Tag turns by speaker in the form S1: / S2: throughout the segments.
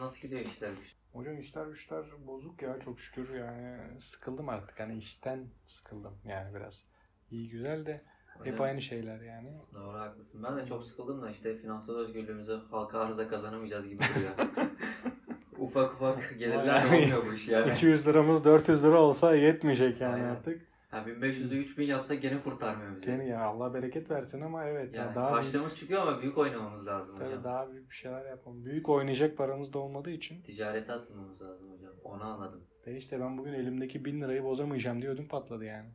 S1: Nasıl gidiyor işler güçler?
S2: Hocam işler güçler bozuk ya çok şükür yani sıkıldım artık hani işten sıkıldım yani biraz. İyi güzel de hep
S1: Öyle mi?
S2: aynı şeyler yani.
S1: Doğru haklısın. Ben de çok sıkıldım da işte finansal özgürlüğümüzü halka arzda kazanamayacağız gibi duruyor. ufak ufak gelirler
S2: Bayağı.
S1: olmuyor bu iş yani.
S2: 200 liramız 400 lira olsa yetmeyecek yani
S1: Aynen.
S2: artık.
S1: yani 1500'ü 3000 yapsa gene kurtarmıyor bizi.
S2: Yani ya Allah bereket versin ama evet ya
S1: yani
S2: daha büyük,
S1: harçlığımız çıkıyor ama büyük oynamamız lazım
S2: tabii
S1: hocam.
S2: daha büyük bir şeyler yapalım. Büyük oynayacak paramız da olmadığı için.
S1: Ticarete atılmamız lazım hocam. Onu anladım.
S2: De işte ben bugün elimdeki 1000 lirayı bozamayacağım diye ödüm patladı yani.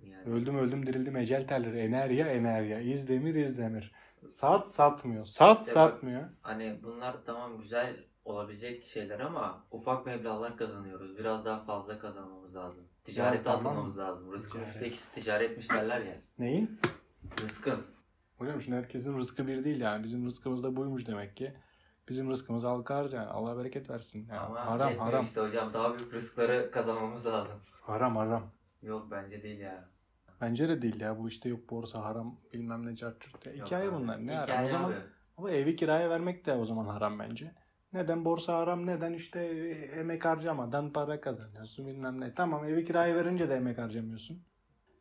S1: Yani
S2: Öldüm öldüm dirildim ecel terleri enerya enerya izdemir izdemir. Sat satmıyor. Sat
S1: İşte bak.
S2: satmıyor.
S1: hani bunlar tamam güzel olabilecek şeyler ama ufak meblağlar kazanıyoruz. Biraz daha fazla kazanmamız lazım. Ticarete
S2: tamam.
S1: atılmamız lazım. Rızkın
S2: Ticaret.
S1: üçte ikisi ticaretmiş derler ya.
S2: Neyin?
S1: Rızkın.
S2: Hocam şimdi herkesin rızkı bir değil yani. Bizim rızkımız da buymuş demek ki. Bizim rızkımız halka arz yani. Allah bereket versin. Yani
S1: Ama
S2: haram
S1: yetmiyor
S2: haram.
S1: işte hocam. Daha büyük rızkları kazanmamız lazım.
S2: Haram haram.
S1: Yok bence değil ya.
S2: Bence de değil ya. Bu işte yok borsa haram bilmem ne cart curt. Ya
S1: Yok
S2: Hikaye
S1: abi.
S2: bunlar. Ne haram?
S1: Hikaye
S2: O zaman
S1: abi.
S2: ama evi kiraya vermek de o zaman haram bence. Neden borsa haram? Neden işte e, emek harcamadan para kazanıyorsun bilmem ne. Tamam evi kiraya verince de emek harcamıyorsun.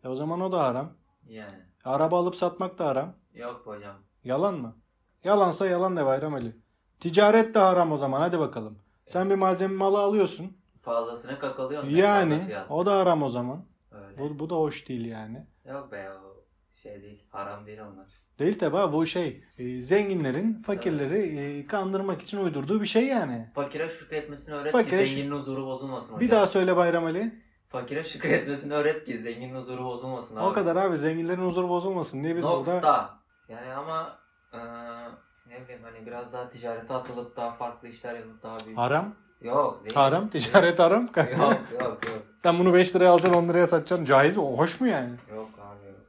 S2: E o zaman o da haram.
S1: Yani.
S2: Araba alıp satmak da haram.
S1: Yok be hocam.
S2: Yalan mı? Yalansa yalan de Bayram Ali. Ticaret de haram o zaman hadi bakalım. Sen bir malzeme malı alıyorsun.
S1: Fazlasını kakalıyorsun.
S2: Yani
S1: Fiyat.
S2: o da haram o zaman.
S1: Öyle.
S2: Bu, bu da hoş değil yani.
S1: Yok be ya. o Şey değil. Haram değil onlar.
S2: Değil tabi abi, bu şey e, zenginlerin fakirleri e, kandırmak için uydurduğu bir şey yani.
S1: Fakire şükretmesini öğret
S2: Fakire
S1: ki
S2: şük-
S1: zenginin huzuru bozulmasın hocam.
S2: Bir daha söyle Bayram Ali.
S1: Fakire şükretmesini öğret ki zenginin huzuru bozulmasın abi.
S2: O kadar abi zenginlerin huzuru bozulmasın diye biz
S1: Nokta.
S2: burada
S1: Yani ama eee, ne bileyim hani biraz daha ticarete atılıp daha farklı işler yapıp daha büyük.
S2: haram,
S1: yok değil.
S2: haram, ticaret haram.
S1: Yok yok yok.
S2: Sen bunu 5 liraya alacaksın 10 liraya satacaksın. Caiz mi? O Hoş mu yani?
S1: Yok abi yok.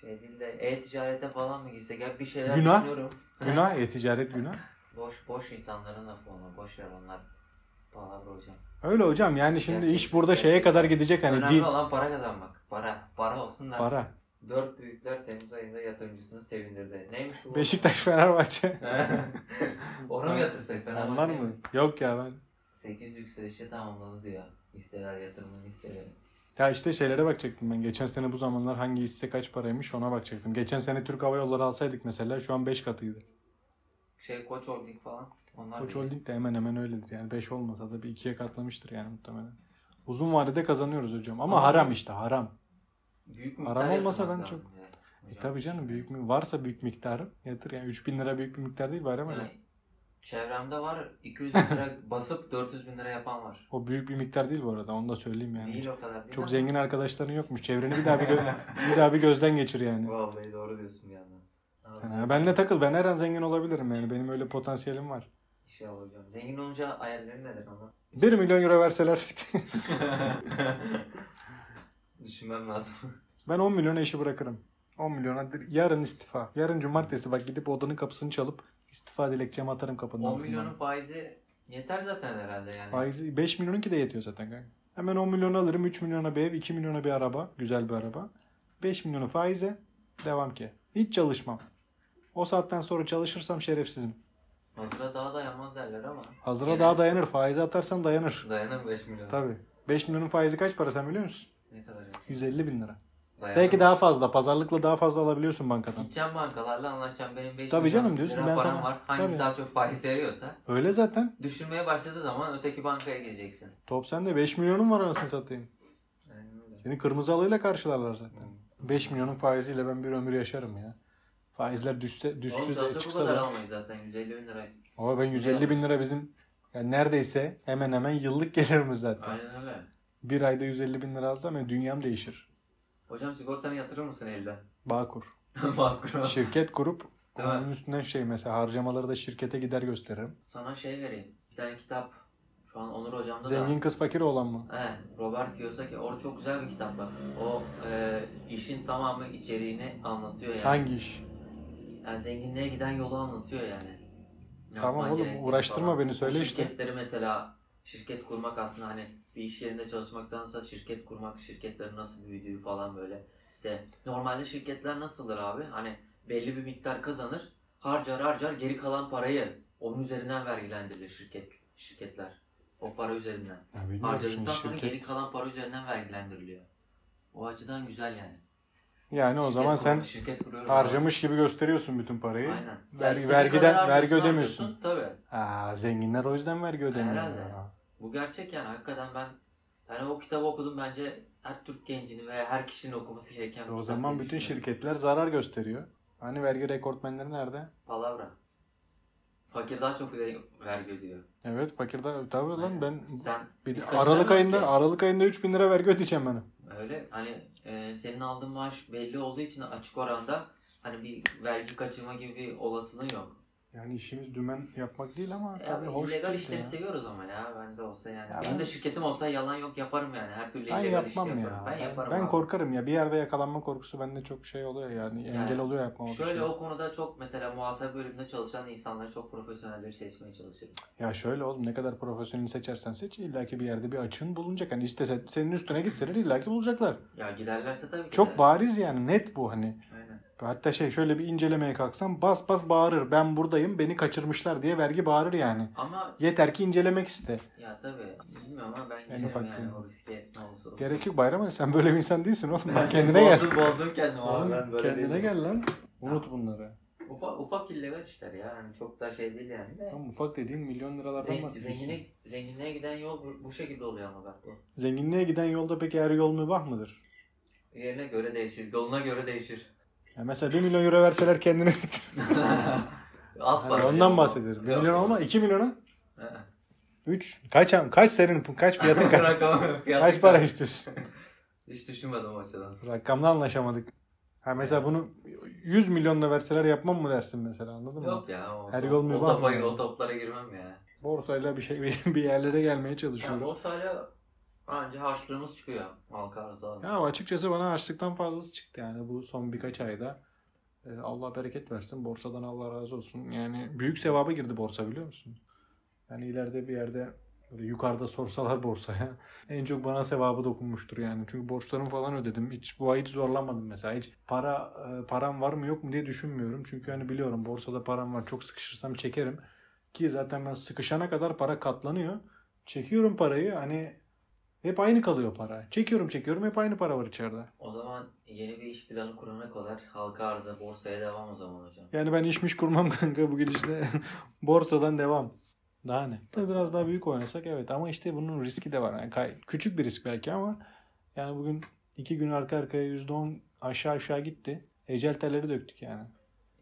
S1: Şey değil de e-ticarete falan mı girsek? Ya bir şeyler
S2: Günah.
S1: düşünüyorum.
S2: Günah ya ticaret günah.
S1: Boş boş insanların lafı onlar. Boş ver onlar. Palavra hocam.
S2: Öyle hocam yani şimdi iş
S1: Gerçek-
S2: burada şeye
S1: gerçekten.
S2: kadar gidecek hani
S1: Önemli
S2: din,
S1: olan para kazanmak. Para. Para olsun da.
S2: para.
S1: Dört büyükler Temmuz ayında yatırımcısını sevindirdi. Neymiş bu?
S2: Beşiktaş, Fenerbahçe.
S1: Onu mu yatırsak? Fenerbahçe
S2: Onlar
S1: mi?
S2: mı? Yok ya ben.
S1: 8 yükselişi tamamladı diyor. Hisseler yatırımın hisseleri.
S2: Ya işte şeylere bakacaktım ben. Geçen sene bu zamanlar hangi hisse kaç paraymış ona bakacaktım. Geçen sene Türk Hava Yolları alsaydık mesela şu an 5 katıydı.
S1: Şey Koç Holding falan. Onlar
S2: Koç
S1: da-
S2: Holding de hemen hemen öyledir. Yani 5 olmasa da bir 2'ye katlamıştır yani muhtemelen. Uzun vadede kazanıyoruz hocam. Ama
S1: Ama-
S2: haram işte haram.
S1: Büyük
S2: Haram
S1: miktar
S2: olmasa
S1: yatırmak
S2: ben
S1: lazım
S2: çok-
S1: yani
S2: E
S1: hocam.
S2: tabii canım büyük mü? Varsa büyük miktarı yatır. Yani 3000 lira büyük bir miktar değil bari ama.
S1: Yani çevremde var 200 bin lira basıp 400 bin lira yapan var.
S2: O büyük bir miktar değil bu arada onu da söyleyeyim yani.
S1: Değil o kadar değil
S2: Çok
S1: ama-
S2: zengin arkadaşların yokmuş. Çevreni bir daha bir, gö- bir daha bir gözden geçir yani.
S1: Vallahi doğru diyorsun bir yandan. Abi,
S2: Yani benle takıl. Ben her an zengin olabilirim yani. Benim öyle potansiyelim var.
S1: İnşallah hocam. Zengin olunca hayallerin nedir ama?
S2: 1 milyon euro verseler siktir.
S1: Düşünmem lazım.
S2: ben 10 milyona işi bırakırım. 10 milyona dir- yarın istifa. Yarın cumartesi bak gidip odanın kapısını çalıp istifa dilekçemi atarım kapının
S1: 10
S2: altından.
S1: milyonun faizi yeter zaten herhalde yani.
S2: Faizi 5 milyonunki de yetiyor zaten kanka. Hemen 10 milyonu alırım. 3 milyona bir ev, 2 milyona bir araba. Güzel bir araba. 5 milyonu faize. Devam ki. Hiç çalışmam. O saatten sonra çalışırsam şerefsizim.
S1: Hazıra daha dayanmaz derler ama.
S2: Hazıra
S1: Gene
S2: daha dayanır. Faize atarsan dayanır.
S1: Dayanır 5 milyon.
S2: Tabii. 5 milyonun faizi kaç para sen biliyor musun?
S1: Ne kadar? yapıyor?
S2: 150 bin lira.
S1: Dayanamaz.
S2: Belki daha fazla. Pazarlıkla daha fazla alabiliyorsun bankadan.
S1: Gideceğim bankalarla anlaşacağım. Benim 5
S2: Tabii canım diyorsun,
S1: lira
S2: ben
S1: param
S2: sana-
S1: var. Hangisi
S2: Tabii.
S1: daha çok faiz veriyorsa.
S2: Öyle zaten.
S1: Düşünmeye başladığı zaman öteki bankaya gideceksin.
S2: Top sende 5 milyonun var anasını satayım.
S1: Aynen öyle.
S2: Seni kırmızı alıyla karşılarlar zaten.
S1: Hmm.
S2: 5 milyonun faiziyle ben bir ömür yaşarım ya. Faizler düşse,
S1: Oğlum
S2: düşse de
S1: çalışsa bu
S2: çıksa
S1: kadar
S2: da.
S1: almayız zaten. 150 bin lira.
S2: Ama ben 150 bin lira bizim yani neredeyse hemen hemen yıllık gelirimiz zaten.
S1: Aynen öyle.
S2: Bir ayda 150 bin lira alsam yani dünyam değişir.
S1: Hocam sigortanı yatırır mısın elden?
S2: Bağkur.
S1: Makro.
S2: Şirket kurup
S1: Değil mi?
S2: onun üstünden şey mesela harcamaları da şirkete gider gösteririm.
S1: Sana şey vereyim. Bir tane kitap. Şu an Onur hocamda da.
S2: Zengin kız fakir olan mı?
S1: He, Robert Kiyosaki. Orada çok güzel bir kitap var. O e, işin tamamı içeriğini anlatıyor yani.
S2: Hangi iş?
S1: Yani zenginliğe giden yolu anlatıyor yani.
S2: Tamam oğlum,
S1: gerektiğini
S2: uğraştırma beni, söyle
S1: Bu
S2: işte.
S1: Şirketleri mesela şirket kurmak aslında hani bir iş yerinde çalışmaktansa şirket kurmak, şirketlerin nasıl büyüdüğü falan böyle. İşte normalde şirketler nasıldır abi? Hani belli bir miktar kazanır, harcar harcar geri kalan parayı Onun üzerinden vergilendirilir şirket şirketler. O para üzerinden.
S2: Ya bilmiyorum şimdi
S1: Harcadıktan sonra
S2: şirket.
S1: geri kalan para üzerinden vergilendiriliyor. O açıdan güzel yani.
S2: Yani o
S1: Şirket
S2: zaman sen
S1: kurmak, şirket kuruyoruz.
S2: harcamış gibi gösteriyorsun bütün parayı.
S1: Aynen. Ya
S2: Vergi-
S1: istediğin
S2: vergiden-
S1: kadar harcıyorsun,
S2: vergi ödemiyorsun.
S1: harcıyorsun. Tabii.
S2: Aa, zenginler o yüzden vergi ödemiyor.
S1: Herhalde.
S2: Ya.
S1: Bu gerçek yani hakikaten ben yani o kitabı okudum bence her Türk gencinin veya her kişinin okuması gereken bir
S2: O
S1: kitap
S2: zaman
S1: diye
S2: bütün
S1: düşünüyorum.
S2: şirketler zarar gösteriyor. Hani vergi rekortmenleri nerede?
S1: Palavra. Fakir daha çok güzel vergi ödüyor.
S2: Evet fakirde E, tabii lan
S1: Aynen.
S2: ben
S1: Sen
S2: bir-
S1: biz kaçınamıyoruz
S2: Aralık ayında
S1: ki.
S2: Aralık ayında 3000 lira vergi ödeyeceğim ben.
S1: öyle hani e, senin aldığın maaş belli olduğu için açık oranda hani bir vergi kaçırma gibi bir olasılığı yok.
S2: Yani işimiz dümen yapmak değil ama
S1: Ya
S2: tabii
S1: ben
S2: hoş.
S1: illegal
S2: değil
S1: işleri
S2: ya.
S1: seviyoruz ama ya ben de olsa yani.
S2: Ya
S1: Benim
S2: ben-
S1: de şirketim olsa yalan yok yaparım yani. Her türlü
S2: Ben
S1: illegal iş
S2: yapmam
S1: yaparım.
S2: ya.
S1: Ben yaparım. abi.
S2: korkarım ya. Bir yerde yakalanma korkusu bende çok şey oluyor yani.
S1: Yani
S2: engel oluyor yapmama bir
S1: Şöyle
S2: şey.
S1: o konuda çok mesela muhasebe bölümünde çalışan insanlar çok profesyonelleri seçmeye çalışırım.
S2: Ya şöyle oğlum ne kadar profesyonel seçersen seç illaki bir yerde bir açığın bulunacak. Hani istese senin üstüne gitseler illaki bulacaklar.
S1: Ya giderlerse tabii ki
S2: Çok
S1: de.
S2: bariz yani net bu hani.
S1: Aynen.
S2: Hatta şey şöyle bir incelemeye kalksam bas bas bağırır. Ben buradayım beni kaçırmışlar diye vergi bağırır yani.
S1: Ama
S2: Yeter ki incelemek iste.
S1: ya tabii bilmiyorum ama ben
S2: En
S1: geçerim
S2: ufak
S1: yani
S2: kıyım.
S1: o riske ne olursa olsun.
S2: Gerek yok Bayram Ali sen böyle bir insan değilsin oğlum. Bak kendine gel.
S1: Bozdum, bozdum kendimi abi
S2: Oğlum,
S1: ben böyle
S2: kendine
S1: değilim.
S2: gel lan. Unut bunları.
S1: Ufak, ufak illegal işler ya yani çok da şey değil yani de.
S2: Tam ufak dediğin milyon liralardan
S1: Zengin,
S2: bahsediyorsun.
S1: zengine, zenginliğe giden yol bu, bu şekilde oluyor ama bak bu.
S2: Zenginliğe giden yolda peki her yol mübah mıdır?
S1: Yerine göre değişir, yoluna göre değişir.
S2: Ya mesela 1 milyon euro verseler kendine...
S1: Az
S2: Yani
S1: para.
S2: Hani ondan bahsediyorum. 1 milyon olma 2 milyona
S1: Ha.
S2: 3. Kaç, am- kaç senin kaç fiyatın kaç?
S1: Rakamı- fiyatı
S2: kaç para istiyorsun?
S1: Hiç düşünmedim o açıdan.
S2: Rakamla anlaşamadık. Ha mesela bunu 100 milyonla verseler yapmam mı dersin mesela anladın mı?
S1: Yok ya. O
S2: Her
S1: top-
S2: yol mu
S1: o,
S2: var mı
S1: topa-
S2: yani?
S1: o toplara girmem ya.
S2: Borsayla bir şey bir yerlere gelmeye
S1: Yani
S2: çalışıyoruz.
S1: borsayla anca harçlığımız çıkıyor. Halka arzda.
S2: Ya açıkçası bana açlıktan fazlası çıktı yani bu son birkaç ayda. Ee, Allah bereket versin. Borsadan Allah razı olsun. Yani büyük sevaba girdi borsa biliyor musun? Yani ileride bir yerde böyle yukarıda sorsalar borsaya en çok bana sevabı dokunmuştur yani. Çünkü borçlarımı falan ödedim. Hiç bu ay hiç zorlanmadım mesela. Hiç para e, param var mı yok mu diye düşünmüyorum. Çünkü hani biliyorum borsada param var. Çok sıkışırsam çekerim. Ki zaten ben sıkışana kadar para katlanıyor. Çekiyorum parayı hani hep aynı kalıyor para. Çekiyorum çekiyorum hep aynı para var içeride.
S1: O zaman yeni bir iş planı kurana kadar halka arza borsaya devam o zaman hocam.
S2: Yani ben işmiş kurmam kanka bu gidişle. Borsadan devam. Daha ne? Tabii biraz daha büyük oynasak evet ama işte bunun riski de var. Yani kay- küçük bir risk belki ama yani bugün iki gün arka arkaya %10 aşağı aşağı gitti. Ecel telleri döktük yani.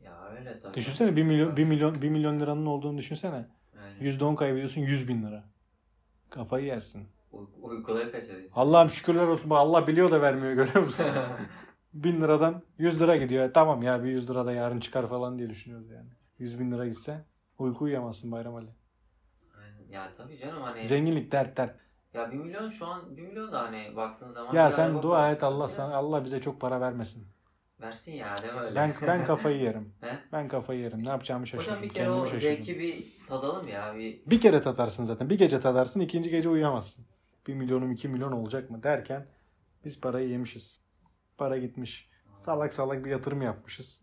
S1: Ya öyle tabii.
S2: Düşünsene 1 milyon, 1 milyon, 1 milyon liranın olduğunu düşünsene.
S1: Aynen.
S2: %10 kaybediyorsun 100 bin lira. Kafayı yersin.
S1: Uy- uykuları kaçarız.
S2: Allah'ım şükürler olsun. Allah biliyor da vermiyor görüyor musun? 1000 liradan 100 lira gidiyor. E, tamam ya bir 100 lira da yarın çıkar falan diye düşünüyoruz yani. 100 bin lira gitse uyku uyuyamazsın Bayram Ali.
S1: Aynen. ya tabii canım hani.
S2: Zenginlik dert dert.
S1: ya 1 milyon şu an 1 milyon da hani baktığın zaman.
S2: Ya
S1: bir araba
S2: sen dua
S1: parası
S2: et Allah
S1: ya.
S2: sana Allah bize çok para vermesin.
S1: Versin ya deme öyle.
S2: Ben ben kafayı yerim.
S1: He?
S2: ben kafayı yerim. Ne yapacağımı şaşırdım.
S1: Hocam bir kere o
S2: Kendimi şaşırdım.
S1: zevki bir tadalım ya. Bir
S2: Bir kere tatarsın zaten. Bir gece tatarsın ikinci gece uyuyamazsın. 1 milyonum 2 milyon olacak mı derken biz parayı yemişiz. Para gitmiş. Salak salak bir yatırım yapmışız.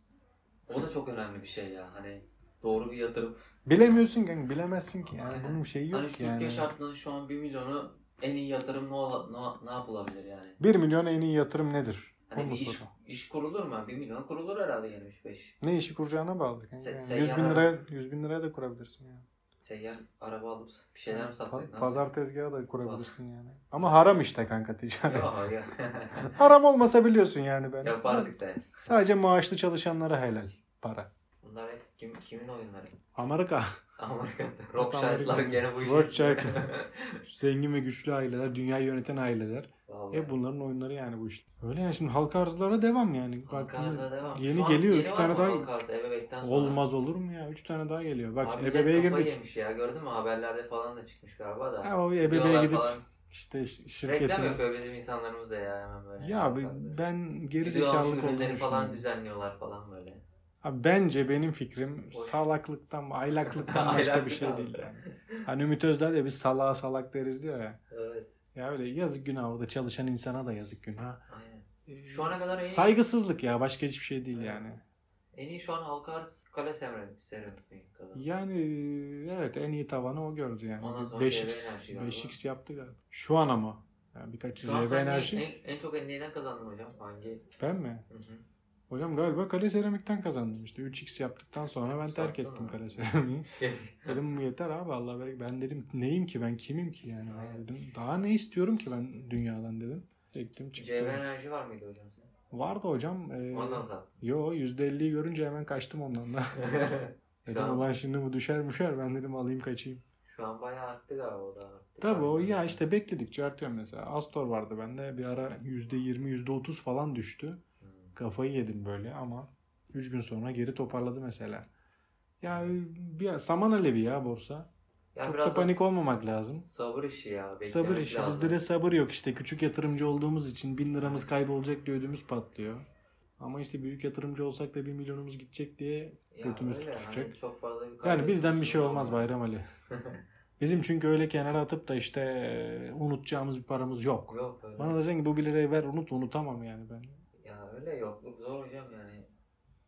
S1: O da çok önemli bir şey ya. Hani doğru bir yatırım.
S2: Bilemiyorsun yani bilemezsin ki. Yani
S1: Aynen.
S2: bunun şeyi
S1: Hani
S2: yok ki
S1: Türkiye
S2: yani.
S1: şartlarının şu an 1 milyonu en iyi yatırım ne, ola- ne, ne yapılabilir yani?
S2: 1 milyon en iyi yatırım nedir?
S1: Hani
S2: Bu
S1: bir
S2: mu
S1: iş,
S2: soru?
S1: iş kurulur mu? 1 milyon kurulur herhalde yani 3-5.
S2: Ne işi kuracağına bağlı. kanka.
S1: Se-
S2: Yani
S1: seyyar
S2: 100 bin
S1: araba.
S2: liraya 100 bin liraya da kurabilirsin yani.
S1: Seyyar araba alıp bir şeyler mi satsak? ne
S2: Pa-
S1: yapsak?
S2: Pazar tezgahı da kurabilirsin yani. Ama haram işte kanka ticaret.
S1: Yok ya.
S2: haram olmasa biliyorsun yani ben.
S1: Yapardık da.
S2: Sadece maaşlı çalışanlara helal para.
S1: Bunlar hep kim, kimin oyunları?
S2: Amerika
S1: Amerika'da. Rothschild'lar gene bu işi.
S2: Rothschild. zengin ve güçlü aileler, dünyayı yöneten aileler.
S1: Vallahi.
S2: E bunların oyunları yani bu işte. Öyle yani şimdi halka arzlara devam yani.
S1: Halka
S2: Baktığında-
S1: arza devam.
S2: yeni
S1: Şu an
S2: geliyor, üç
S1: var
S2: tane
S1: mı
S2: daha-
S1: halka arza? Ebeveynten sonra.
S2: Olmaz olur mu ya? 3 tane daha geliyor. Bak
S1: Abi
S2: ebeveğe
S1: millet kafayı
S2: girdik.
S1: yemiş ya gördün mü haberlerde falan da çıkmış galiba da.
S2: Ama ebeveğe
S1: Diyorlar
S2: gidip
S1: falan.
S2: işte
S1: Reklam
S2: şirketine.
S1: yapıyor bizim insanlarımız da ya hemen böyle.
S2: Ya b-
S1: Bakarlar.
S2: ben geri
S1: Gidiyorlar
S2: zekalı
S1: şu ürünleri
S2: olduğunu
S1: falan
S2: falan
S1: düzenliyorlar falan böyle.
S2: Abi bence benim fikrim
S1: Boş.
S2: salaklıktan, aylaklıktan başka bir
S1: Aylaklık
S2: şey
S1: abi.
S2: değil yani. Hani Ümit Özdağ da biz salağa salak deriz diyor ya.
S1: Evet.
S2: Ya öyle yazık günah orada çalışan insana da yazık günah. Ee,
S1: Aynen. Şu ana kadar en iyi,
S2: Saygısızlık ya başka hiçbir şey değil yani.
S1: En iyi şu an halka arz kale seramik seramik kadar.
S2: Yani e, evet en iyi tavanı o gördü yani.
S1: Ondan sonra
S2: 5x,
S1: JV enerji galiba.
S2: 5x yaptı galiba. Şu an ama. Yani birkaç
S1: Şu an
S2: JV
S1: sen
S2: enerji.
S1: ne- en, en çok neyden kazandın hocam? Hangi?
S2: Ben mi?
S1: Hı hı.
S2: Hocam galiba kale seramikten kazandım işte. 3x yaptıktan sonra ben terk
S1: Sattın
S2: ettim
S1: mı?
S2: kale seramiği. Dedim bu yeter abi Allah bereket. Ben dedim neyim ki ben kimim ki yani
S1: Aynen.
S2: ben dedim. Daha ne istiyorum ki ben dünyadan dedim. Çektim
S1: CV
S2: çıktım.
S1: enerji var mıydı hocam? senin?
S2: Vardı hocam. E,
S1: Ondan mı sattın?
S2: yo %50'yi görünce hemen kaçtım ondan da. dedim
S1: Şu an-
S2: ulan şimdi bu düşer düşer ben dedim alayım kaçayım.
S1: Şu an bayağı arttı galiba o da arttı.
S2: Tabii o
S1: Tabii
S2: ya
S1: sanırım.
S2: işte bekledikçe artıyor mesela. Astor vardı bende bir ara %20 %30 falan düştü.
S1: Hı.
S2: Kafayı yedim böyle ama 3 gün sonra geri toparladı mesela. Ya
S1: Evet.
S2: bir saman alevi ya borsa.
S1: Yani
S2: Çok
S1: biraz
S2: da panik
S1: s-
S2: olmamak lazım.
S1: Sabır işi ya. beklemek
S2: Sabır işi.
S1: lazım.
S2: Bizde de sabır yok işte. Küçük yatırımcı olduğumuz için 1000 liramız
S1: Evet.
S2: kaybolacak diye ödümüz patlıyor. Ama işte büyük yatırımcı olsak da 1 milyonumuz gidecek diye.
S1: Ya
S2: götümüz
S1: öyle,
S2: tutuşacak.
S1: hani çok fazla bir
S2: Yani bizden bir şey
S1: kaybetmiyorsun
S2: olmaz
S1: ama.
S2: Bayram Ali. Bizim çünkü öyle kenara atıp da işte e, unutacağımız bir paramız yok.
S1: Yok öyle.
S2: Bana da sen ki bu 1 lirayı ver unut unutamam yani ben.
S1: Ya öyle yokluk zor hocam yani.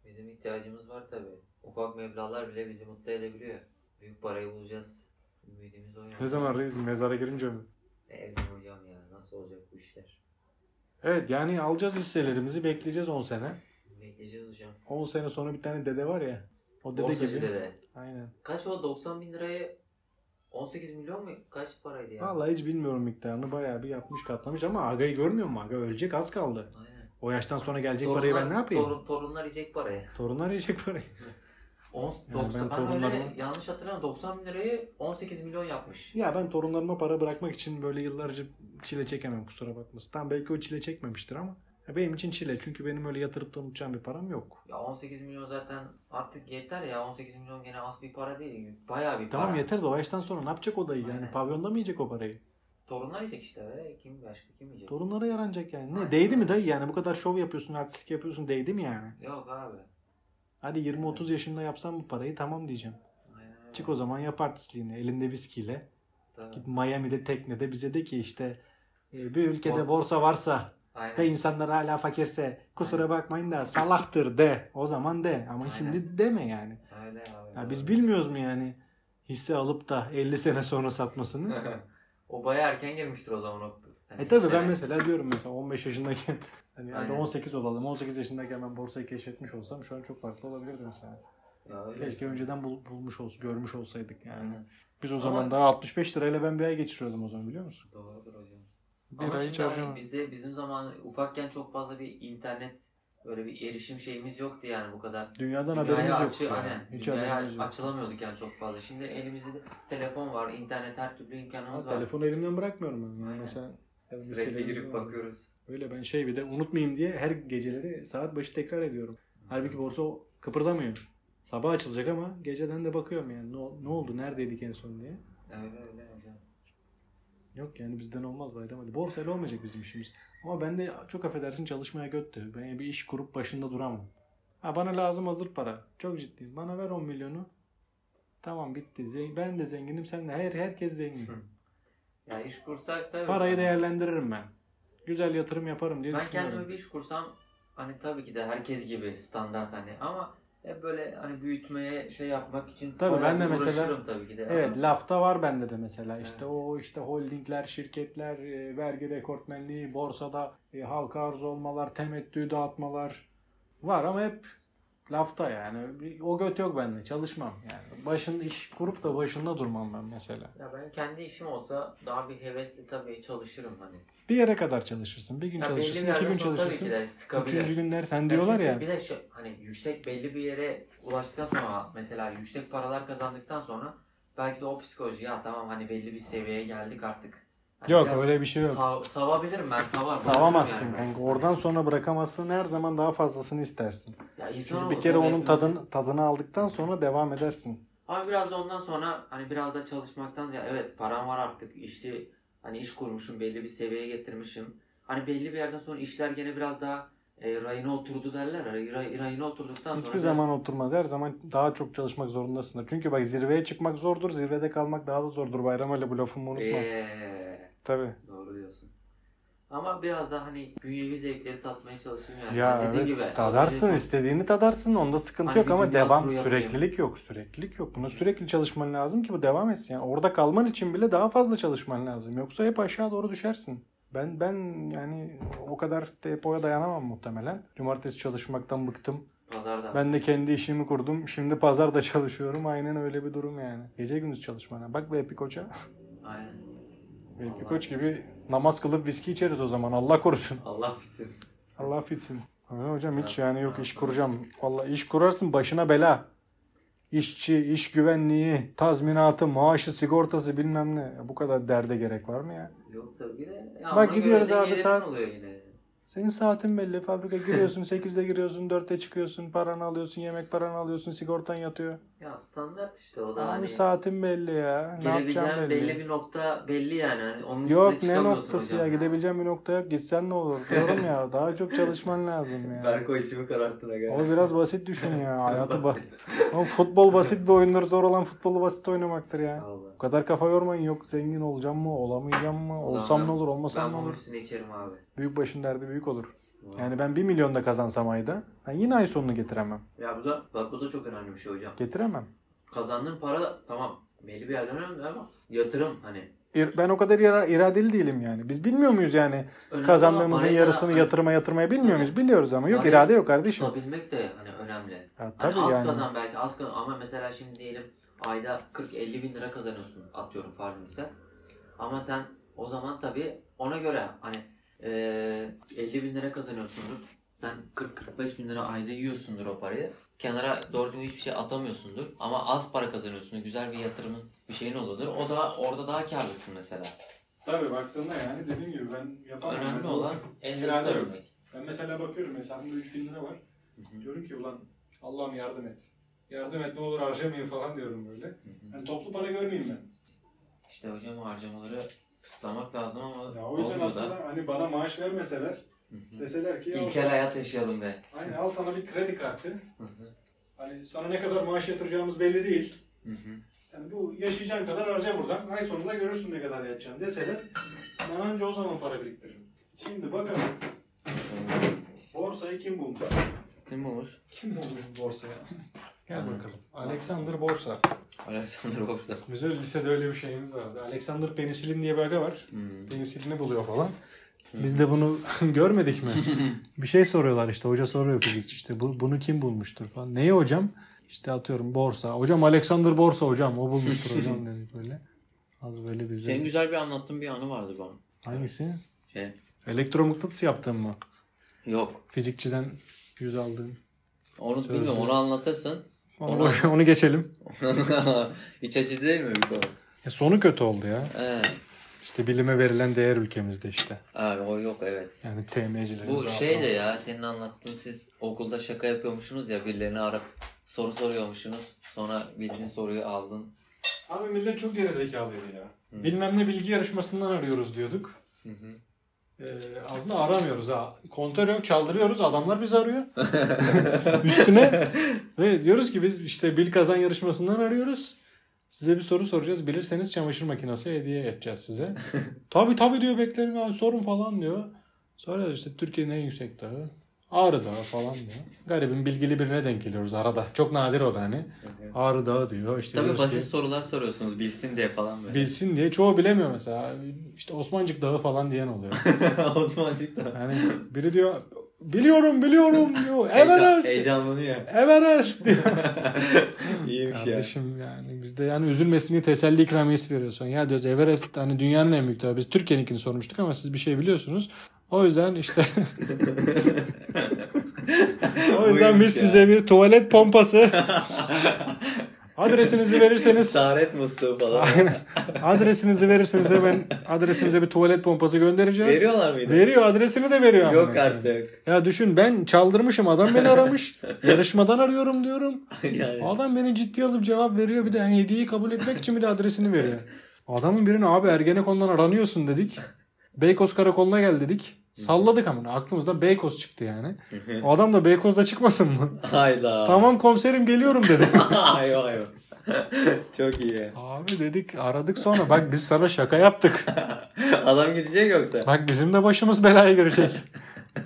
S1: Bizim ihtiyacımız var tabii. Ufak meblağlar bile bizi mutlu edebiliyor. Büyük parayı bulacağız. Ümidimiz o yani.
S2: Ne zaman reis mezara girince mi?
S1: Ne bileyim hocam ya nasıl olacak bu işler.
S2: Evet yani alacağız hisselerimizi bekleyeceğiz 10 sene.
S1: Bekleyeceğiz hocam.
S2: 10 sene sonra bir tane dede var ya. O dede
S1: Borsacı
S2: gibi.
S1: dede.
S2: Aynen.
S1: Kaç o 90 bin lirayı 18 milyon mu? Kaç paraydı ya?
S2: Vallahi hiç bilmiyorum miktarını bayağı bir yapmış katlamış ama Aga'yı görmüyor musun Aga? Ölecek az kaldı.
S1: Aynen.
S2: O yaştan sonra gelecek parayı ben ne yapayım?
S1: torun- torunlar yiyecek parayı.
S2: Torunlar yiyecek parayı.
S1: On,
S2: ben
S1: 90, ben, öyle
S2: torunlarıma-
S1: yanlış hatırlamıyorum. 90 bin lirayı 18 milyon yapmış.
S2: Ya ben torunlarıma para bırakmak için böyle yıllarca çile çekemem kusura bakmasın. Tamam belki o çile çekmemiştir ama ya benim için çile. Çünkü benim öyle yatırıp da unutacağım bir param yok.
S1: Ya 18 milyon zaten artık yeter ya. 18 milyon gene az bir para değil. Bayağı bir
S2: Tamam
S1: para.
S2: yeter de o yaştan sonra ne yapacak o dayı yani?
S1: Aynen.
S2: Pavyonda mı yiyecek o parayı?
S1: Torunlar yiyecek işte be. Kim başka kim yiyecek?
S2: Torunlara yaranacak yani. Ne
S1: Aynen.
S2: değdi mi dayı yani? Bu kadar şov yapıyorsun, artistik yapıyorsun değdi mi yani?
S1: Yok abi.
S2: Hadi 20-30 yaşında yapsam bu parayı tamam diyeceğim.
S1: Aynen öyle.
S2: Çık o zaman yap artistliğini elinde viskiyle.
S1: Tabii.
S2: Git Miami'de teknede bize de ki işte e, bir ülkede
S1: Bor-
S2: borsa varsa
S1: Aynen.
S2: ve insanlar hala fakirse kusura bakmayın da salaktır de. O zaman de ama
S1: Aynen.
S2: şimdi deme yani.
S1: Öyle abi.
S2: Ya biz bilmiyoruz mu yani hisse alıp da 50 sene sonra satmasını?
S1: o bayağı erken girmiştir o zaman. O, Yani
S2: e tabi
S1: işte-
S2: ben mesela diyorum mesela 15 yaşındayken hani hadi
S1: Aynen.
S2: 18 olalım 18 yaşındayken ben borsayı keşfetmiş olsam şu an çok farklı olabilirdi mesela.
S1: Ya öyle.
S2: Keşke önceden bul- bulmuş olsa görmüş olsaydık yani.
S1: Aynen.
S2: Biz o
S1: Ama-
S2: zaman daha 65 lirayla ben bir ay geçiriyordum o zaman biliyor musun?
S1: Doğrudur hocam.
S2: Bir
S1: Ama
S2: ay
S1: şimdi
S2: hiç
S1: hani
S2: harcamadım.
S1: bizde bizim zaman ufakken çok fazla bir internet böyle bir erişim şeyimiz yoktu yani bu kadar.
S2: Dünyadan
S1: Dünyaya
S2: haberimiz yok.
S1: açı-
S2: yani.
S1: aynen.
S2: Hiç
S1: Dünyaya
S2: haberimiz yok.
S1: açılamıyorduk yani çok fazla. Şimdi elimizde de telefon var, internet her türlü
S2: Ama
S1: imkanımız var.
S2: telefonu elimden bırakmıyorum ben. Yani
S1: Aynen.
S2: mesela yani
S1: Sürekli
S2: mesela-
S1: girip bakıyoruz.
S2: Öyle ben şey bir de unutmayayım diye her geceleri saat başı tekrar ediyorum. Halbuki borsa o kıpırdamıyor. Sabah açılacak ama geceden de bakıyorum yani ne, ol- ne oldu neredeydik en son diye.
S1: Öyle öyle hocam.
S2: Yok yani bizden olmaz bayram Ali. Borsayla olmayacak bizim işimiz. Ama ben de çok affedersin çalışmaya göttü. Ben bir iş kurup başında duramam. Ha bana lazım hazır para. Çok ciddiyim. Bana ver 10 milyonu. Tamam bitti. Zen- ben de zenginim sen de. Her, herkes zengin.
S1: Hı. Ya iş kursak tabii.
S2: Parayı değerlendiririm ben. Güzel yatırım yaparım diye
S1: Ben
S2: düşünüyorum.
S1: kendime bir iş kursam hani tabii ki de herkes gibi standart hani ama hep böyle hani büyütmeye şey yapmak için
S2: Tabii,
S1: bayağı
S2: ben de
S1: bir
S2: mesela-
S1: uğraşırım tabii ki de.
S2: Evet lafta var bende de mesela işte
S1: Evet.
S2: o işte holdingler, şirketler, e, vergi rekortmenliği, borsada e, halka arz olmalar, temettü dağıtmalar var ama hep lafta yani. Bir- O göt yok bende çalışmam yani. Başın iş kurup da başında durmam ben mesela.
S1: Ya ben kendi işim olsa daha bir hevesli tabii çalışırım hani.
S2: Bir yere kadar çalışırsın. Bir gün
S1: Ya belli bir
S2: çalışırsın, iki
S1: yerden
S2: gün
S1: sonra tabii
S2: çalışırsın.
S1: ki de sıkabilir.
S2: Üçüncü günler sen
S1: Ya
S2: diyorlar
S1: çünkü
S2: ya.
S1: Bir de şey, hani yüksek belli bir yere ulaştıktan sonra mesela yüksek paralar kazandıktan sonra belki de o psikoloji ya tamam hani belli bir seviyeye geldik artık. Hani
S2: Yok
S1: biraz
S2: öyle bir şey yok.
S1: sav- savabilirim ben savar.
S2: Savamazsın
S1: bırakırım yani.
S2: kanka. Oradan sonra bırakamazsın. Her zaman daha fazlasını istersin.
S1: Ya insan
S2: Çünkü
S1: olur
S2: bir kere
S1: tabii
S2: onun
S1: hepimiz.
S2: tadını, tadını aldıktan sonra devam edersin.
S1: Ama biraz da ondan sonra hani biraz da çalışmaktan ya evet param var artık işi hani iş kurmuşum belli bir seviyeye getirmişim. Hani belli bir yerden sonra işler gene biraz daha e, rayına oturdu derler. Ray, ray- rayına oturduktan sonra
S2: Hiçbir
S1: biraz-
S2: zaman oturmaz. Her zaman daha çok çalışmak zorundasın. da. Çünkü bak zirveye çıkmak zordur.
S1: Ee, e,
S2: Zirvede kalmak daha da zordur. Bayram Ali bu lafımı unutma.
S1: Eee,
S2: Tabii.
S1: doğru diyorsun. Ama biraz daha hani bünyevi zevkleri tatmaya çalışayım yani.
S2: Ya
S1: Yani dediğim
S2: evet,
S1: gibi.
S2: tadarsın
S1: hani-
S2: istediğini tadarsın onda sıkıntı
S1: Hani
S2: yok
S1: bir
S2: ama
S1: dünya
S2: devam
S1: turu yapayım.
S2: süreklilik yok süreklilik yok. Buna sürekli çalışman lazım ki bu devam etsin. Yani orada kalman için bile daha fazla çalışman lazım. Yoksa hep aşağı doğru düşersin. Ben ben yani o kadar tempoya dayanamam muhtemelen. Cumartesi çalışmaktan bıktım.
S1: Pazarda.
S2: Ben de kendi işimi kurdum. Şimdi pazar da çalışıyorum. Aynen öyle bir durum yani. Gece gündüz çalışmana. Bak Vehbi Koç'a.
S1: Aynen.
S2: Vehbi
S1: Allah
S2: Koç
S1: korusun.
S2: gibi namaz kılıp viski içeriz o zaman. Allah korusun.
S1: Allah bitsin.
S2: Allah fitsin. Öyle hocam
S1: Evet,
S2: hiç yani yok
S1: evet.
S2: iş kuracağım. Vallahi iş kurarsın başına bela. İşçi, iş güvenliği, tazminatı, maaşı, sigortası bilmem ne. Ya Bu kadar derde gerek var mı ya?
S1: Yok tabii bir de.
S2: Bak
S1: Ya Bak
S2: gidiyoruz
S1: gidiyoruz
S2: abi,
S1: abi
S2: saat-
S1: saat. oluyor yine.
S2: Senin saatin belli. Fabrika giriyorsun, 8'de giriyorsun, 4'te çıkıyorsun, paranı alıyorsun, yemek paranı alıyorsun, sigortan yatıyor.
S1: Ya standart işte o da
S2: Abi
S1: hani.
S2: saatin belli ya. Ne yapacağım
S1: Gelebileceğin
S2: belli.
S1: belli bir nokta belli yani. Hani onun
S2: Yok
S1: üstüne
S2: ne
S1: çıkamıyorsun
S2: noktası
S1: hocam
S2: ya gidebileceğim bir noktaya gitsen ne olur diyorum ya daha çok çalışman lazım ya.
S1: Berko içimi kararttın aga.
S2: Ama biraz basit düşün ya. Hayatı bak.
S1: Basit.
S2: Ama futbol basit bir oyundur. Zor olan futbolu basit oynamaktır ya.
S1: Allah.
S2: Bu kadar kafa yormayın. Yok zengin olacağım mı, olamayacağım mı, olsam ne olur, olmasam
S1: Ben
S2: ne
S1: bunun
S2: olur.
S1: üstüne içerim abi.
S2: Büyük başın derdi büyük olur.
S1: Vallahi.
S2: Yani ben 1 milyon da kazansam ayda ben yine ay sonunu getiremem.
S1: Ya bu da bak bu da çok önemli bir şey hocam.
S2: Getiremem.
S1: Kazandığın para tamam belli bir yerden önemli ama yatırım hani.
S2: İr- Ben o kadar ira- iradeli değilim yani. Biz bilmiyor muyuz yani?
S1: Önemli olan
S2: Kazandığımızın
S1: parayı da
S2: yarısını
S1: hani
S2: yatırıma yatırmaya bilmiyor muyuz? Biliyoruz ama yok
S1: Parayı
S2: irade yok kardeşim.
S1: Tutabilmek de hani önemli.
S2: Ya
S1: Hani
S2: tabii
S1: az
S2: yani.
S1: kazan belki az kazan ama mesela şimdi diyelim ayda 40-50 bin lira kazanıyorsun atıyorum farzım ise. Ama sen o zaman tabii ona göre hani eee 50 bin lira kazanıyorsundur. Sen 40-45 bin lira ayda yiyorsundur o parayı. Kenara doğru düzgün hiçbir şey atamıyorsundur. Ama az para kazanıyorsun. Güzel bir yatırımın bir şeyin oluyordur. O da orada daha karlısın mesela.
S2: Tabii baktığında yani dediğim gibi ben
S1: Önemli olan elde
S2: İrade yok.
S1: tutabilmek.
S2: Ben mesela bakıyorum hesabımda 3000 lira var.
S1: hı.
S2: Diyorum ki ulan Allah'ım yardım et. Yardım et ne olur harcamayın falan diyorum böyle.
S1: Hı hı.
S2: Hani toplu para görmeyeyim ben.
S1: İşte hocam harcamaları kısıtlamak lazım ama
S2: Ya o yüzden
S1: olmuyor da.
S2: aslında hani bana maaş vermeseler
S1: Hı hı.
S2: deseler ki al,
S1: İlkel
S2: sana,
S1: hayat yaşayalım be.
S2: aynen, al sana bir kredi kartı. Hani sana ne kadar maaş yatıracağımız belli değil. Yani bu yaşayacağın kadar harca buradan. Ay sonunda görürsün ne kadar yatacağını deseler ben anca o zaman para biriktiririm. Şimdi bakalım borsayı kim bulmuş?
S1: Kim olur?
S2: Kim bulmuş borsaya? Gel
S1: Aha.
S2: bakalım. Alexander Borsa.
S1: Alexander Bobsa.
S2: Bizim lisede öyle bir şeyimiz vardı. Alexander Penisilin diye bir aga var. Penisilini buluyor falan. Biz de bunu görmedik mi? bir şey soruyorlar işte. Hoca soruyor fizikçi işte. Bu, bunu kim bulmuştur falan. Neyi hocam? İşte atıyorum borsa. Hocam Alexander Borsa hocam. O bulmuştur hocam dedik böyle. Az böyle bizde.
S1: Senin güzel bir anlattığın bir anı vardı bana.
S2: Hangisi?
S1: Şey,
S2: Elektromıknatıs yaptın mı?
S1: yok.
S2: Fizikçiden yüz aldığın.
S1: Onu
S2: Sözlü.
S1: bilmiyorum onu anlatırsın.
S2: Onu, onu geçelim.
S1: İç açıcı değil mi bu konu?
S2: E, sonu kötü oldu ya.
S1: He.
S2: İşte bilime verilen değer ülkemizde işte.
S1: Abi o yok evet.
S2: Yani TM'cilerin
S1: Bu şey de ya senin anlattığın siz okulda şaka yapıyormuşsunuz ya birilerini arap soru soruyormuşsunuz. Sonra bildiğin soruyu aldın.
S2: Abi millet çok gerizekalıydı ya. Bilmem ne bilgi yarışmasından arıyoruz diyorduk.
S1: Hı hı.
S2: Ee, aslında aramıyoruz ha. Kontör yok çaldırıyoruz adamlar bizi arıyor. Üstüne ve diyoruz ki biz işte bil kazan yarışmasından arıyoruz. Size bir soru soracağız. Bilirseniz çamaşır makinesi hediye edeceğiz size. tabi tabi diyor beklerim ya sorun falan diyor. Sonra işte Türkiye'nin en yüksek dağı. Ağrı Dağı falan diyor. Garibin bilgili birine denk geliyoruz arada. Çok nadir o da hani. Ağrı Dağı diyor. İşte
S1: Tabii
S2: diyoruz ki-
S1: basit sorular soruyorsunuz bilsin diye falan böyle.
S2: bilsin diye çoğu bilemiyor mesela. İşte Osmancık Dağı falan diyen oluyor.
S1: Osmancık da.
S2: Yani biri diyor biliyorum biliyorum diyor.
S1: Heyecan-
S2: Everest.
S1: Heyecanlanıyor.
S2: Everest diyor.
S1: İyiymiş ya.
S2: Kardeşim yani bizde yani üzülmesin diye teselli ikramiyesi veriyorsun. Ya diyoruz Everest hani dünyanın en büyük dağı. Biz Türkiye'ninkini sormuştuk ama siz bir şey biliyorsunuz. O yüzden işte o yüzden
S1: Buyurmuş
S2: biz
S1: ya.
S2: size bir tuvalet pompası adresinizi verirseniz
S1: Saret musluğu falan.
S2: adresinizi verirseniz hemen adresinize bir tuvalet pompası göndereceğiz.
S1: Veriyorlar mıydı?
S2: Veriyor adresini de veriyor. amına
S1: Yok
S2: koyayım.
S1: artık.
S2: Ya düşün ben çaldırmışım adam beni aramış. Yarışmadan arıyorum diyorum.
S1: yani.
S2: Adam beni ciddiye alıp cevap veriyor. Bir de yani hediyeyi kabul etmek için bir de adresini veriyor. Adamın birine abi Ergenekon'dan aranıyorsun dedik. Beykoz karakoluna gel dedik. Salladık amına. Aklımızdan Beykoz çıktı yani. O adam da Beykoz'da çıkmasın mı?
S1: Hayda.
S2: tamam komiserim geliyorum dedi.
S1: Ay vay vay. Çok iyi.
S2: Abi dedik aradık sonra bak biz sana şaka yaptık.
S1: Adam gidecek yoksa.
S2: Bak bizim de başımız belaya girecek.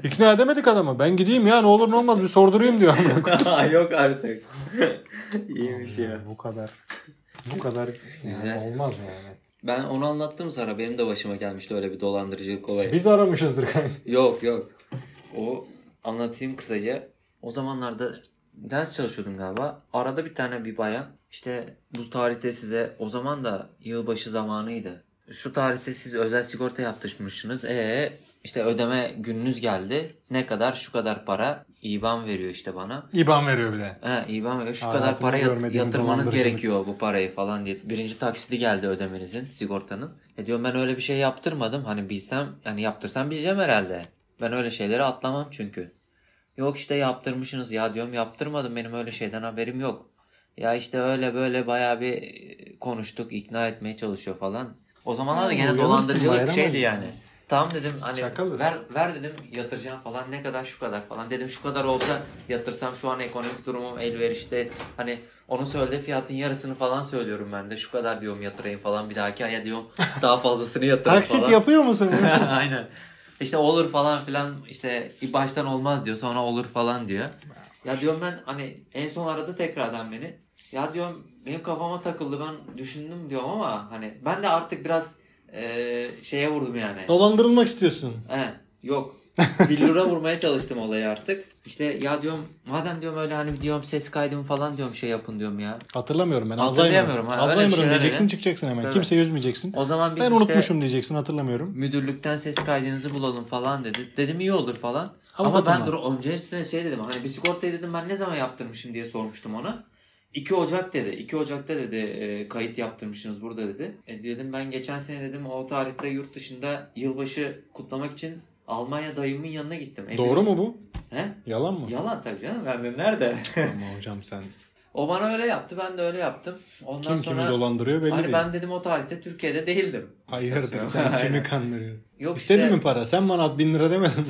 S2: İkna edemedik adamı. Ben gideyim ya ne olur ne olmaz bir sordurayım diyor.
S1: Yok artık. İyiymiş ya.
S2: Bu kadar. Bu kadar yani
S1: Güzel.
S2: olmaz yani.
S1: Ben onu anlattım sana. Benim de başıma gelmişti öyle bir dolandırıcılık olayı.
S2: Biz aramışızdır kanka.
S1: Yok yok. O anlatayım kısaca. O zamanlarda ders çalışıyordum galiba. Arada bir tane bir bayan işte bu tarihte size o zaman da yılbaşı zamanıydı. Şu tarihte siz özel sigorta yaptırmışsınız. Ee işte ödeme gününüz geldi. Ne kadar şu kadar para IBAN veriyor işte bana.
S2: İban veriyor bir de.
S1: He IBAN veriyor. Şu
S2: Hayatımda
S1: kadar para yat-
S2: görmediğim
S1: yatırmanız
S2: dolandırıcılık.
S1: gerekiyor bu parayı falan diye. Birinci taksidi geldi ödemenizin sigortanın. E diyorum ben öyle bir şey yaptırmadım. Hani bilsem yani yaptırsam bileceğim herhalde. Ben öyle şeyleri atlamam çünkü. Yok işte yaptırmışsınız ya diyorum yaptırmadım benim öyle şeyden haberim yok. Ya işte öyle böyle bayağı bir e, konuştuk ikna etmeye çalışıyor falan. O zamanlar da
S2: Ha,
S1: gene
S2: uyanırsın
S1: dolandırıcılık
S2: bayram
S1: şeydi
S2: ayı.
S1: yani. Tamam dedim hani
S2: Çakalız.
S1: ver ver dedim yatıracağım falan ne kadar şu kadar falan dedim şu kadar olsa yatırsam şu an ekonomik durumum elverişte hani onun söylediği fiyatın yarısını falan söylüyorum ben de şu kadar diyorum yatırayım falan bir dahaki aya diyorum daha fazlasını yatırayım
S2: Taksit
S1: falan.
S2: yapıyor musun?
S1: Aynen. İşte olur falan filan işte baştan olmaz diyor sonra olur falan diyor. Ya diyorum ben hani en son aradı tekrardan beni. Ya diyorum benim kafama takıldı ben düşündüm diyorum ama hani ben de artık biraz eee, şeye vurdum yani.
S2: Dolandırılmak istiyorsun.
S1: He, yok. Billur'a vurmaya çalıştım olayı artık. İşte ya diyorum madem diyorum öyle hani diyorum ses kaydımı falan diyorum şey yapın diyorum ya.
S2: Hatırlamıyorum ben.
S1: Hatırlayamıyorum.
S2: Alzheimer'ım.
S1: Ha, öyle bir
S2: Alzheimer'ım
S1: şeyler
S2: diyeceksin
S1: öyle.
S2: çıkacaksın hemen.
S1: Tabii.
S2: Kimse yüzmeyeceksin.
S1: O zaman biz
S2: ben
S1: işte
S2: unutmuşum diyeceksin hatırlamıyorum.
S1: müdürlükten ses kaydınızı bulalım falan dedi. Dedim iyi olur falan. Ama
S2: Avukatım
S1: ben
S2: var.
S1: dur önce üstüne şey dedim hani bir sigortayı dedim ben ne zaman yaptırmışım diye sormuştum ona. 2 Ocak dedi. 2 Ocak'ta dedi e, kayıt yaptırmışsınız burada dedi. E, dedim ben geçen sene dedim o tarihte yurt dışında yılbaşı kutlamak için Almanya dayımın yanına gittim. E,
S2: Doğru mu bu?
S1: He?
S2: Yalan mı?
S1: Yalan tabii canım. Ben de nerede?
S2: Ama hocam sen
S1: o bana öyle yaptı. Ben de öyle yaptım. Ondan
S2: kim kimi
S1: sonra
S2: dolandırıyor belli
S1: hani
S2: değil.
S1: ben dedim o tarihte Türkiye'de değildim.
S2: Hayırdır
S1: Saçma.
S2: sen kimi
S1: Aynen.
S2: kandırıyorsun?
S1: Yok
S2: İstedin
S1: işte
S2: mi para? Sen bana at bin lira demedin mi?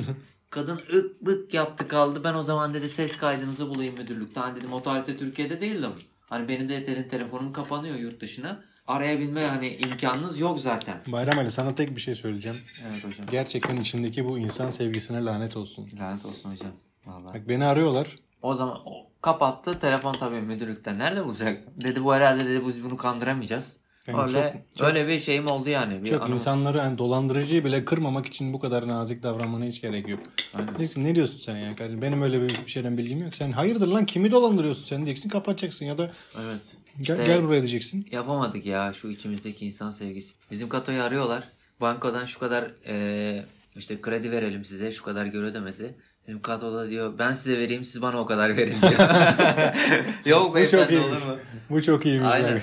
S1: kadın ık bık yaptı kaldı. Ben o zaman dedi ses kaydınızı bulayım müdürlükten. Hani Dedim o tarihte Türkiye'de değildim. Hani benim de dedim telefonum kapanıyor yurt dışına. Arayabilme hani imkanınız yok zaten.
S2: Bayram Ali sana tek bir şey söyleyeceğim.
S1: Evet hocam.
S2: Gerçekten içindeki bu insan sevgisine lanet olsun.
S1: Lanet olsun hocam. Vallahi.
S2: Bak beni arıyorlar.
S1: O zaman o kapattı. Telefon tabii müdürlükten. Nerede bulacak? Dedi bu herhalde dedi biz bunu kandıramayacağız.
S2: Yani
S1: öyle
S2: çok- çok-
S1: öyle bir şeyim oldu yani. Bir
S2: Çok
S1: anım-
S2: insanları yani dolandırıcıyı bile kırmamak için bu kadar nazik davranmana hiç gerek yok.
S1: Aynen.
S2: Diyeceksin ne diyorsun sen ya? kardeşim? Benim öyle bir şeyden bilgim yok. Sen hayırdır lan kimi dolandırıyorsun sen diyeceksin kapatacaksın ya da
S1: Evet.
S2: gel,
S1: İşte-
S2: gel buraya diyeceksin.
S1: Yapamadık ya şu içimizdeki insan sevgisi. Bizim Kato'yu arıyorlar. Bankadan şu kadar eee, işte kredi verelim size şu kadar göre ödemesi. Bizim Kato da diyor ben size vereyim siz bana o kadar verin diyor. Yok
S2: çok
S1: beyefendi
S2: iyi.
S1: olur mu?
S2: Bu çok iyiymiş.
S1: Aynen.
S2: abi.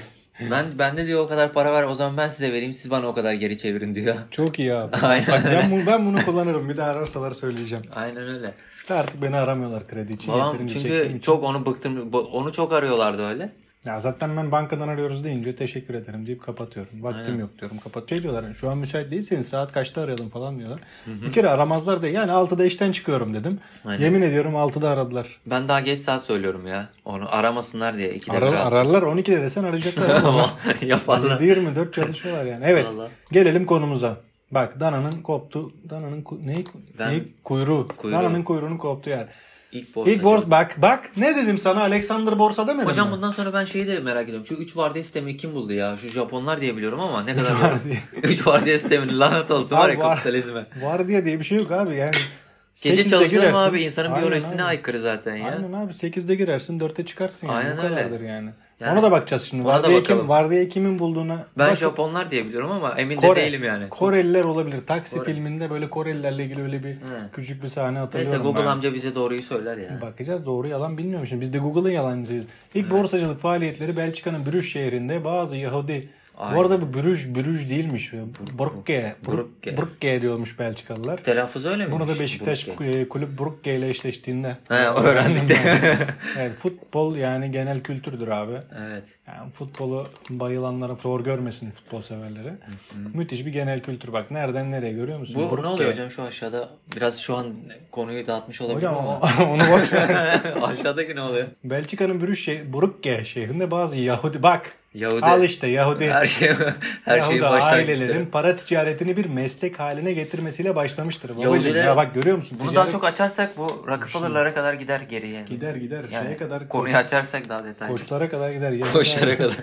S1: Ben, ben de diyor o kadar para var o zaman ben size vereyim siz bana o kadar geri çevirin diyor.
S2: Çok iyi abi.
S1: Aynen.
S2: Bak ben, bunu, ben bunu kullanırım. Bir de ararsalar söyleyeceğim.
S1: Aynen öyle.
S2: De artık beni aramıyorlar kredi için.
S1: Babam
S2: yeterince çektiğim için.
S1: çünkü çok onu bıktım onu çok arıyorlardı öyle.
S2: Ya zaten ben bankadan arıyoruz deyince teşekkür ederim deyip kapatıyorum. Vaktim yok diyorum. Kapat. Şey diyorlar yani, şu an müsait değilseniz saat kaçta arayalım falan diyorlar. Bir kere aramazlar diye. Yani 6'da işten çıkıyorum dedim.
S1: Aynen.
S2: Yemin ediyorum 6'da aradılar.
S1: Ben daha geç saat söylüyorum ya. Onu aramasınlar diye. İkide
S2: Arar,
S1: biraz.
S2: ararlar 12'de desen arayacaklar. Ama
S1: Yaparlar.
S2: 24 çalışıyorlar yani. Evet.
S1: Vallahi.
S2: Gelelim konumuza. Bak dananın koptu. Dananın ku- neyi,
S1: Ben-
S2: neyi? Kuyruğu.
S1: Kuyruğu.
S2: Dananın kuyruğunun koptu yani.
S1: İlk borsa.
S2: İlk borsa bak bak ne dedim sana Alexander borsa demedim
S1: Hocam
S2: mi?
S1: bundan sonra ben şeyi de merak ediyorum. Şu 3 vardiya sistemini kim buldu ya? Şu Japonlar diye biliyorum ama ne kadar
S2: var diye.
S1: 3 vardiya sistemini lanet olsun var ya
S2: Abi var.
S1: kapitalizme.
S2: Var diye diye bir şey yok abi yani.
S1: Gece
S2: 8'de
S1: çalışılır mı
S2: girersin.
S1: abi? İnsanın
S2: Aynen
S1: biyolojisine
S2: abi.
S1: aykırı zaten ya.
S2: Aynen abi 8'de girersin 4'te çıkarsın yani.
S1: Aynen
S2: bu
S1: öyle.
S2: kadardır yani.
S1: Yani
S2: Ona da bakacağız şimdi.
S1: ona da
S2: Vardiya kim,
S1: bakalım.
S2: vardiya kimin bulduğuna.
S1: Ben
S2: Bak,
S1: Japonlar diye biliyorum ama emin de
S2: Kore.
S1: değilim yani.
S2: Koreliler olabilir. Taksi filminde böyle Korelilerle ilgili öyle bir küçük bir sahne
S1: Neyse
S2: hatırlıyorum
S1: Google
S2: ben.
S1: amca bize doğruyu söyler ya.
S2: Bakacağız doğru yalan bilmiyorum şimdi. Biz de Google'ın yalancıyız. İlk borsacılık faaliyetleri Belçika'nın Brüş şehrinde bazı Yahudi
S1: Aynen.
S2: Bu arada bu Brüj, Brüj değilmiş. Brugge,
S1: Brugge.
S2: Brugge. Brugge diyormuş Belçikalılar.
S1: Telaffuz öyle mi?
S2: Bunu da Beşiktaş e, kulüp Brugge ile eşleştiğinde.
S1: He, öğrendik de.
S2: Evet, futbol yani genel kültürdür abi.
S1: evet.
S2: Yani futbolu bayılanlara zor görmesin futbol severleri. Müthiş bir genel kültür. Bak nereden nereye görüyor musun?
S1: Bu ne
S2: Brugge.
S1: oluyor hocam şu aşağıda? Biraz şu an konuyu dağıtmış olabilir
S2: Hocam
S1: ama.
S2: o- onu boş ver.
S1: Aşağıdaki ne oluyor?
S2: Belçika'nın Brüj şey, Brugge şehrinde bazı Yahudi bak.
S1: Yahudi.
S2: Al işte Yahudi.
S1: Her şey her
S2: Yahudi
S1: şeyin başlangıçları.
S2: ailelerin para ticaretini bir meslek haline getirmesiyle başlamıştır. Babacım,
S1: Yahudiler-
S2: ya bak görüyor musun?
S1: Bunu daha
S2: Ticaret-
S1: çok açarsak bu Rockefeller'lara kadar gider geriye.
S2: gider gider
S1: Yani
S2: şeye kadar
S1: konuyu
S2: koç-
S1: açarsak daha detaylı.
S2: koçlara kadar gider. Yahudiler-
S1: Koçlara kadar.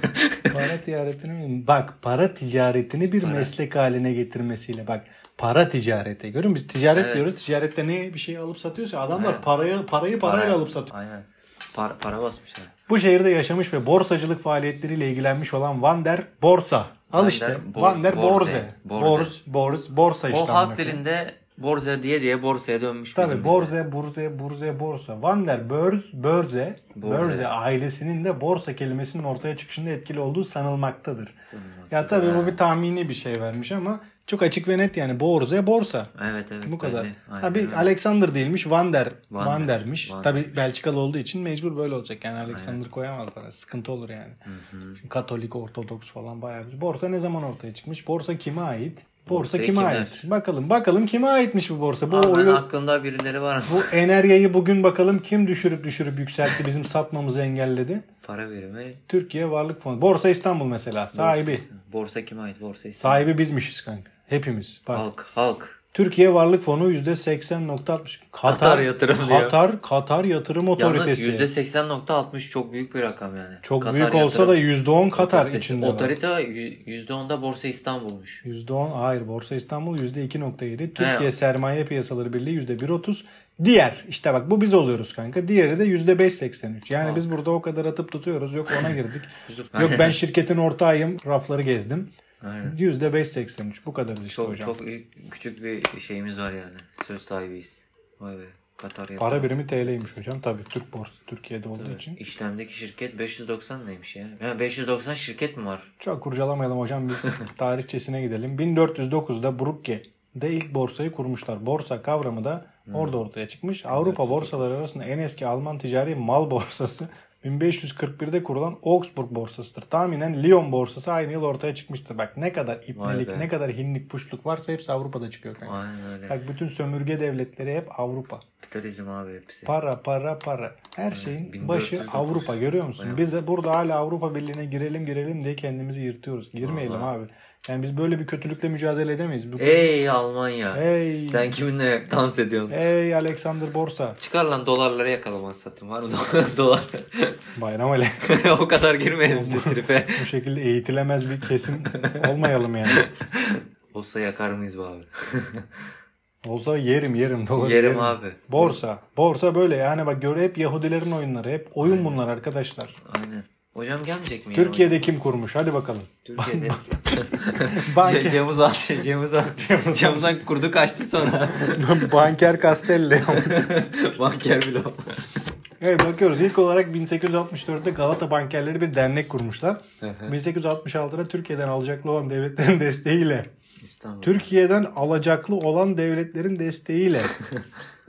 S2: para ticaretini mi? Bak para ticaretini bir meslek haline getirmesiyle bak para ticarete görüyor musun? Biz ticaret
S1: Evet.
S2: diyoruz. Ticarette ne bir şey alıp satıyorsa adamlar
S1: Evet.
S2: parayı parayı parayla
S1: Para-
S2: alıp satıyor.
S1: Aynen. Para, para basmışlar.
S2: Bu şehirde yaşamış ve borsacılık faaliyetleriyle ilgilenmiş olan Van der Borsa. Al
S1: Van
S2: işte.
S1: der Bor-
S2: Van der Borze.
S1: Borze. Borze.
S2: Borz, borz, borsa işte.
S1: O
S2: amına
S1: halk
S2: koyayım.
S1: dilinde borza diye diye borsaya dönmüş
S2: Tabii
S1: bizim millet.
S2: Borze, Burze, Burze, Borsa. Van der Börz, Börze,
S1: Borze.
S2: Börze ailesinin de borsa kelimesinin ortaya çıkışında etkili olduğu sanılmaktadır.
S1: Sanılmaktadır,
S2: Ya tabii bu bir tahmini bir şey vermiş ama çok açık ve net yani Borze, Borsa.
S1: Evet evet.
S2: Bu kadar.
S1: belli. Aynen
S2: Tabii
S1: öyle.
S2: Alexander değilmiş, Van der,
S1: Van
S2: Van,
S1: der,
S2: dermiş.
S1: Van
S2: Tabii Belçikalı olduğu için mecbur böyle olacak. Yani Alexander koyamazlar. Sıkıntı olur yani. Şimdi Katolik, Ortodoks falan bayağı bir. Borsa ne zaman ortaya çıkmış? Borsa kime ait? Borsa
S1: Borsayı
S2: kime
S1: kimler?
S2: ait? Bakalım bakalım kime aitmiş bu borsa? Bu
S1: Ama ben
S2: oyu-
S1: aklımda birileri var ama
S2: bu enerjiyi bugün bakalım kim düşürüp düşürüp yükseltti bizim satmamızı engelledi.
S1: para verimi.
S2: Türkiye Varlık Fonu. Borsa İstanbul mesela sahibi.
S1: Borsa kime ait? Borsa İstanbul.
S2: Sahibi bizmişiz kanka. Hepimiz. Bak.
S1: Halk. Halk.
S2: Türkiye Varlık Fonu %80.60. Katar,
S1: Katar yatırım diyor.
S2: Katar, Katar Yatırım
S1: Yalnız
S2: Otoritesi.
S1: %80.60 çok büyük bir rakam yani.
S2: Çok
S1: Katar
S2: büyük olsa
S1: yatırım
S2: da %10 Katar
S1: otoritesi.
S2: içinde var.
S1: Otorite yü- %10'da Borsa İstanbul'muş.
S2: %10 hayır Borsa İstanbul %2.7 Türkiye
S1: He.
S2: Sermaye Piyasaları Birliği %1.30 diğer işte bak bu biz oluyoruz kanka diğeri de %5.83 yani
S1: Al.
S2: biz burada o kadar atıp tutuyoruz yok ona girdik
S1: Yusuf-
S2: yok ben şirketin ortağıyım rafları gezdim
S1: Aynen.
S2: %5.83 bu kadarız işte
S1: Çok
S2: hocam
S1: çok iyi- küçük bir şeyimiz var yani. Söz sahibiyiz. Vay be. Katar yatırım.
S2: para birimi TL'ymiş hocam tabi Türk borsası Türkiye'de olduğu
S1: Evet.
S2: için
S1: İşlemdeki şirket 590 neymiş ya? Ha, 590 şirket mi var?
S2: çok kurcalamayalım hocam biz tarihçesine gidelim 1409'da Brugge'de ilk borsayı kurmuşlar borsa kavramı da Orada Hmm. ortaya çıkmış. Avrupa borsaları arasında en eski Alman ticari mal borsası 1541'de kurulan Augsburg borsasıdır. Tahminen Lyon borsası aynı yıl ortaya çıkmıştır. Bak ne kadar ipnelik,
S1: be.
S2: ne kadar hinlik, puşluk varsa hepsi Avrupa'da çıkıyor kanka.
S1: Aynen öyle.
S2: Bak bütün sömürge devletleri hep Avrupa.
S1: Kapitalizm abi hepsi.
S2: Para para para. Her
S1: Ee,
S2: şeyin
S1: 1409.
S2: başı Avrupa görüyor musun?
S1: Bayağı.
S2: Biz de burada hala Avrupa Birliği'ne girelim girelim diye kendimizi yırtıyoruz. Girmeyelim
S1: Vallahi.
S2: abi. Yani biz böyle bir kötülükle mücadele edemeyiz. Bu-
S1: Ey Almanya.
S2: Ey.
S1: Sen kiminle dans ediyorsun?
S2: Ey Alexander Borsa.
S1: Çıkar lan dolarları yakalaman satın var mı Do- dolar?
S2: Bayram Ali.
S1: o kadar girmeyelim de tripe.
S2: bu şekilde eğitilemez bir kesim olmayalım yani.
S1: Olsa yakar mıyız bu abi?
S2: Olsa yerim yerim dolar.
S1: Yerim abi.
S2: Borsa. Borsa böyle yani bak gör hep Yahudilerin oyunları hep oyun bunlar arkadaşlar.
S1: Aynen. Hocam gelmeyecek mi? ya?
S2: Türkiye'de kim kurmuş? Hadi bakalım.
S1: Türkiye'de.
S2: Banker,
S1: Cem Uzan. Cem Uzan. Cem Uzan kurdu kaçtı sonra.
S2: Banker Castelli.
S1: Banker bile o.
S2: evet bakıyoruz. İlk olarak 1864'te Galata Bankerleri bir dernek kurmuşlar. 1866'da Türkiye'den alacaklı olan devletlerin desteğiyle.
S1: İstanbul.
S2: Türkiye'den alacaklı olan devletlerin desteğiyle.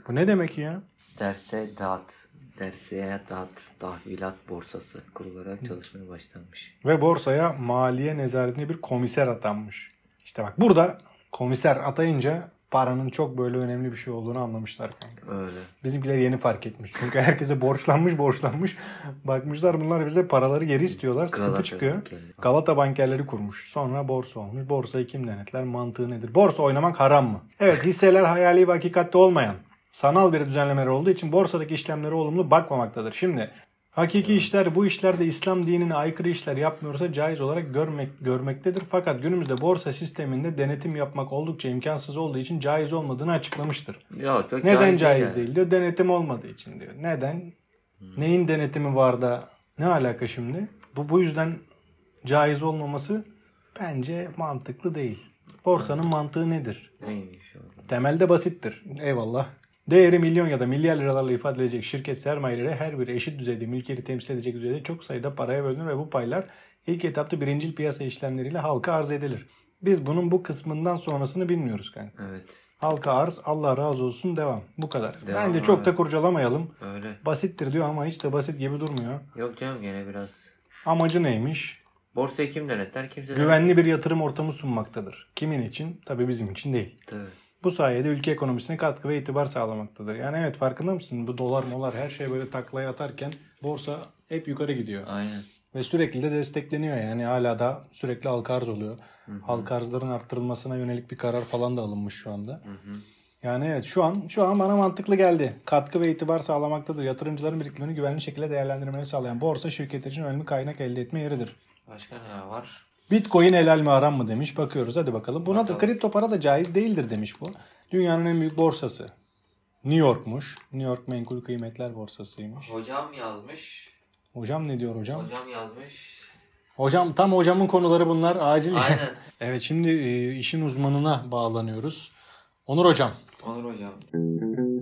S2: Bu ne demek ya?
S1: Derse dağıt. Derse dağıt. Tahvilat borsası kurularak çalışmaya başlanmış.
S2: Ve borsaya maliye nezaretine bir komiser atanmış. İşte bak burada komiser atayınca paranın çok böyle önemli bir şey olduğunu anlamışlar kanka.
S1: Öyle.
S2: Bizimkiler yeni fark etmiş. Çünkü herkese borçlanmış borçlanmış. Bakmışlar bunlar bize paraları geri istiyorlar. Sıkıntı
S1: Galata
S2: çıkıyor.
S1: bankerleri.
S2: Galata bankerleri kurmuş. Sonra borsa olmuş. Borsayı kim denetler? Mantığı nedir? Borsa oynamak haram mı? Evet hisseler hayali ve hakikatte olmayan sanal bir düzenlemeler olduğu için borsadaki işlemlere olumlu bakmamaktadır. Şimdi Hakiki işler bu işlerde İslam dinine aykırı işler yapmıyorsa caiz olarak görmek görmektedir. Fakat günümüzde borsa sisteminde denetim yapmak oldukça imkansız olduğu için caiz olmadığını açıklamıştır.
S1: Ya, çok
S2: Neden
S1: yani.
S2: caiz değil diyor. Denetim olmadığı için diyor. Neden? Neyin denetimi var da ne alaka şimdi? Bu bu yüzden caiz olmaması bence mantıklı değil. Borsanın mantığı nedir?
S1: Neymiş o?
S2: Temelde basittir. Eyvallah. Değeri milyon ya da milyar liralarla ifade edilecek şirket sermayeleri her biri eşit düzeyde mülkiyeti temsil edecek düzeyde çok sayıda paraya bölünür ve bu paylar İlk etapta birincil piyasa işlemleriyle halka arz edilir. Biz bunun bu kısmından sonrasını bilmiyoruz kanka.
S3: Evet.
S2: Halka arz Allah razı olsun devam. Bu kadar.
S3: Devam,
S2: Bence çok
S3: evet.
S2: da kurcalamayalım.
S3: Öyle.
S2: Basittir diyor ama hiç de basit gibi durmuyor.
S3: Yok canım gene biraz.
S2: Amacı neymiş?
S3: Borsayı kim denetler? Kimse
S2: Güvenli bir yatırım ortamı sunmaktadır. Kimin için? Tabii bizim için değil.
S3: Tabii.
S2: Bu sayede ülke ekonomisine katkı ve itibar sağlamaktadır. Yani evet farkında mısın? Bu dolar molar her şey böyle taklaya atarken borsa hep yukarı gidiyor.
S3: Aynen.
S2: Ve sürekli de destekleniyor yani hala da sürekli halka arz oluyor. Halka arzların arttırılmasına yönelik bir karar falan da alınmış şu anda. Yani evet şu an şu an bana mantıklı geldi. Katkı ve itibar sağlamaktadır. Yatırımcıların birikimlerini güvenli şekilde değerlendirmeni sağlayan borsa şirketler için önemli kaynak elde etme yeridir.
S1: Başka ne var?
S2: Bitcoin helal mi haram mı demiş. Bakıyoruz hadi bakalım. Buna da
S3: Bakalım.
S2: kripto para da caiz değildir demiş bu. Dünyanın en büyük borsası. New York'muş. New York Menkul Kıymetler Borsası'ymış.
S1: Hocam yazmış.
S2: Hocam ne diyor hocam?
S1: Hocam yazmış.
S2: Hocam tam hocamın konuları bunlar. Acil.
S1: Aynen.
S2: Evet şimdi e, işin uzmanına bağlanıyoruz. Onur hocam.
S1: Onur hocam.